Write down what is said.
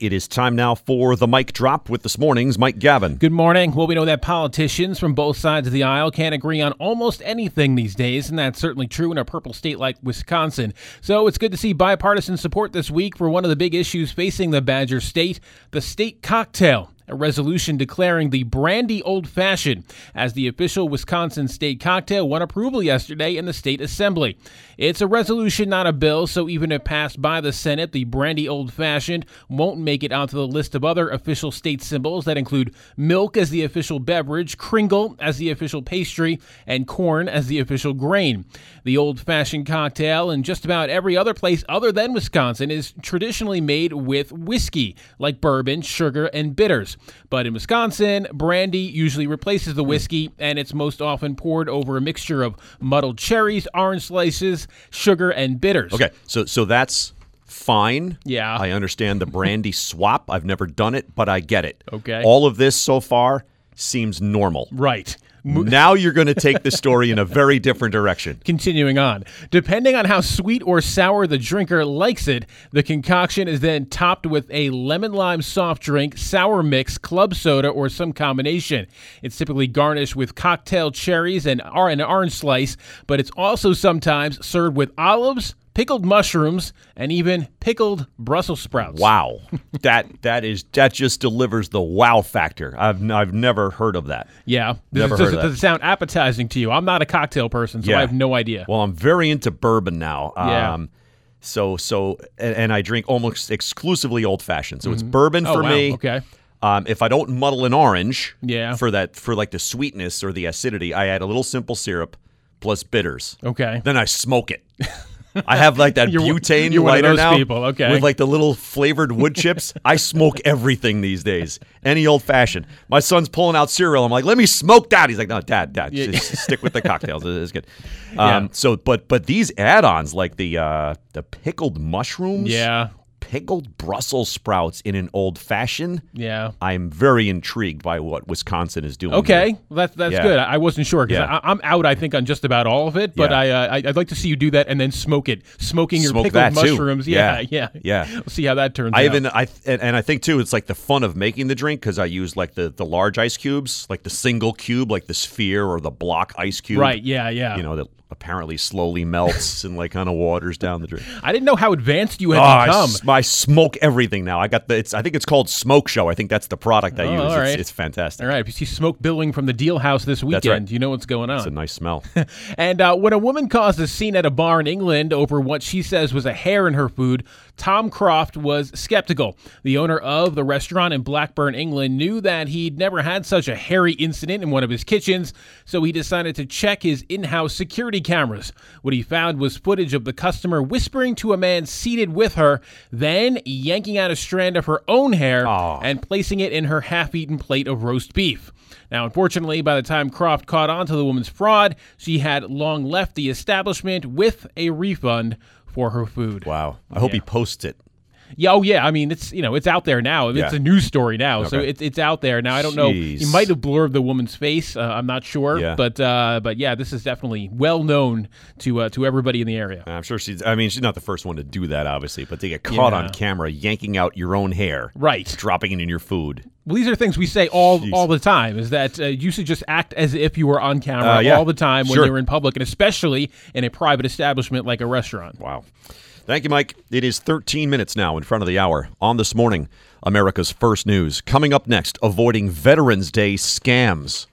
It is time now for the mic drop with this morning's Mike Gavin. Good morning. Well, we know that politicians from both sides of the aisle can't agree on almost anything these days, and that's certainly true in a purple state like Wisconsin. So it's good to see bipartisan support this week for one of the big issues facing the Badger State the state cocktail a resolution declaring the brandy old fashioned as the official Wisconsin state cocktail won approval yesterday in the state assembly. It's a resolution, not a bill, so even if passed by the Senate, the brandy old fashioned won't make it onto the list of other official state symbols that include milk as the official beverage, kringle as the official pastry, and corn as the official grain. The old fashioned cocktail in just about every other place other than Wisconsin is traditionally made with whiskey, like bourbon, sugar, and bitters. But in Wisconsin, brandy usually replaces the whiskey, and it's most often poured over a mixture of muddled cherries, orange slices, sugar, and bitters. Okay, so so that's fine. Yeah. I understand the brandy swap. I've never done it, but I get it. Okay. All of this so far seems normal. Right. Mo- Now you're going to take the story in a very different direction. Continuing on, depending on how sweet or sour the drinker likes it, the concoction is then topped with a lemon lime soft drink, sour mix, club soda, or some combination. It's typically garnished with cocktail cherries and or an orange slice, but it's also sometimes served with olives, pickled mushrooms, and even pickled Brussels sprouts. Wow. That that is that just delivers the wow factor. I've n- I've never heard of that. Yeah, Never does, heard of that. does it sound appetizing to you? I'm not a cocktail person, so Yeah. I have no idea. Well, I'm very into bourbon now. um, Yeah. so so and, and I drink almost exclusively old fashioned. So it's bourbon Oh, for wow. me. Okay. Um, if I don't muddle an orange, Yeah. for that for like the sweetness or the acidity, I add a little simple syrup plus bitters. Okay. Then I smoke it. I have like that You're- butane you're one of lighter those now people, okay. with like the little flavored wood chips. I smoke everything these days, any old fashioned. My son's pulling out cereal. I'm like, let me smoke that. He's like, no, dad, dad, Yeah. just stick with the cocktails. It- It's good. Yeah. Um, So, but but these add-ons like the uh, the pickled mushrooms, Yeah. pickled Brussels sprouts in an old fashioned. Yeah. I'm very intrigued by what Wisconsin is doing. Okay, here. well, that's that's Yeah. good. I I wasn't sure because Yeah. I'm out. I think on just about all of it, but Yeah. I, uh, I I'd like to see you do that and then smoke it, smoking your Smoke pickled that, too. mushrooms. Yeah, Yeah. yeah, Yeah. We'll see how that turns I out. even I th- and, and I think too it's like the fun of making the drink because I use like the the large ice cubes, like the single cube, like the sphere or the block ice cube. right. Yeah, yeah. You know that apparently slowly melts and like kind of waters down the drink. I didn't know how advanced you had Oh, I, become. s- I smoke everything now. I got the it's I think it's called Smoke Show. I think that's the product I Oh, use. all It's- right. It's, fantastic. all right, if you see smoke billowing from the deal house this right. weekend, you know what's going on. It's a nice smell. And uh, when a woman caused a scene at a bar in England over what she says was a hair in her food, Tom Croft was skeptical. The owner of the restaurant in Blackburn, England, knew that he'd never had such a hairy incident in one of his kitchens, so he decided to check his in house security cameras. What he found was footage of the customer whispering to a man seated with her, then yanking out a strand of her own hair Aw. and placing it in her half eaten plate of roast beef. Now, unfortunately, by the time Croft caught on to the woman's fraud, she had long left the establishment with a refund for her food. wow. I hope he posts it. Yeah, oh yeah. I mean, it's you know, it's out there now. It's Yeah. a news story now, so Okay. it's it's out there now. I don't know. Jeez. You might have blurred the woman's face. Uh, I'm not sure, Yeah. but uh, but yeah, this is definitely well known to uh, to everybody in the area. I'm sure she's. I mean, she's not the first one to do that, obviously, but they get caught Yeah. on camera yanking out your own hair, Right. Dropping it in your food. Well, these are things we say all Jeez. all the time. Is that uh, you should just act as if you were on camera Uh, yeah. all the time when Sure. you're in public, and especially in a private establishment like a restaurant. Wow. Thank you, Mike. It is 13 minutes now in front of the hour on this morning, America's first news. Coming up next, avoiding Veterans Day scams.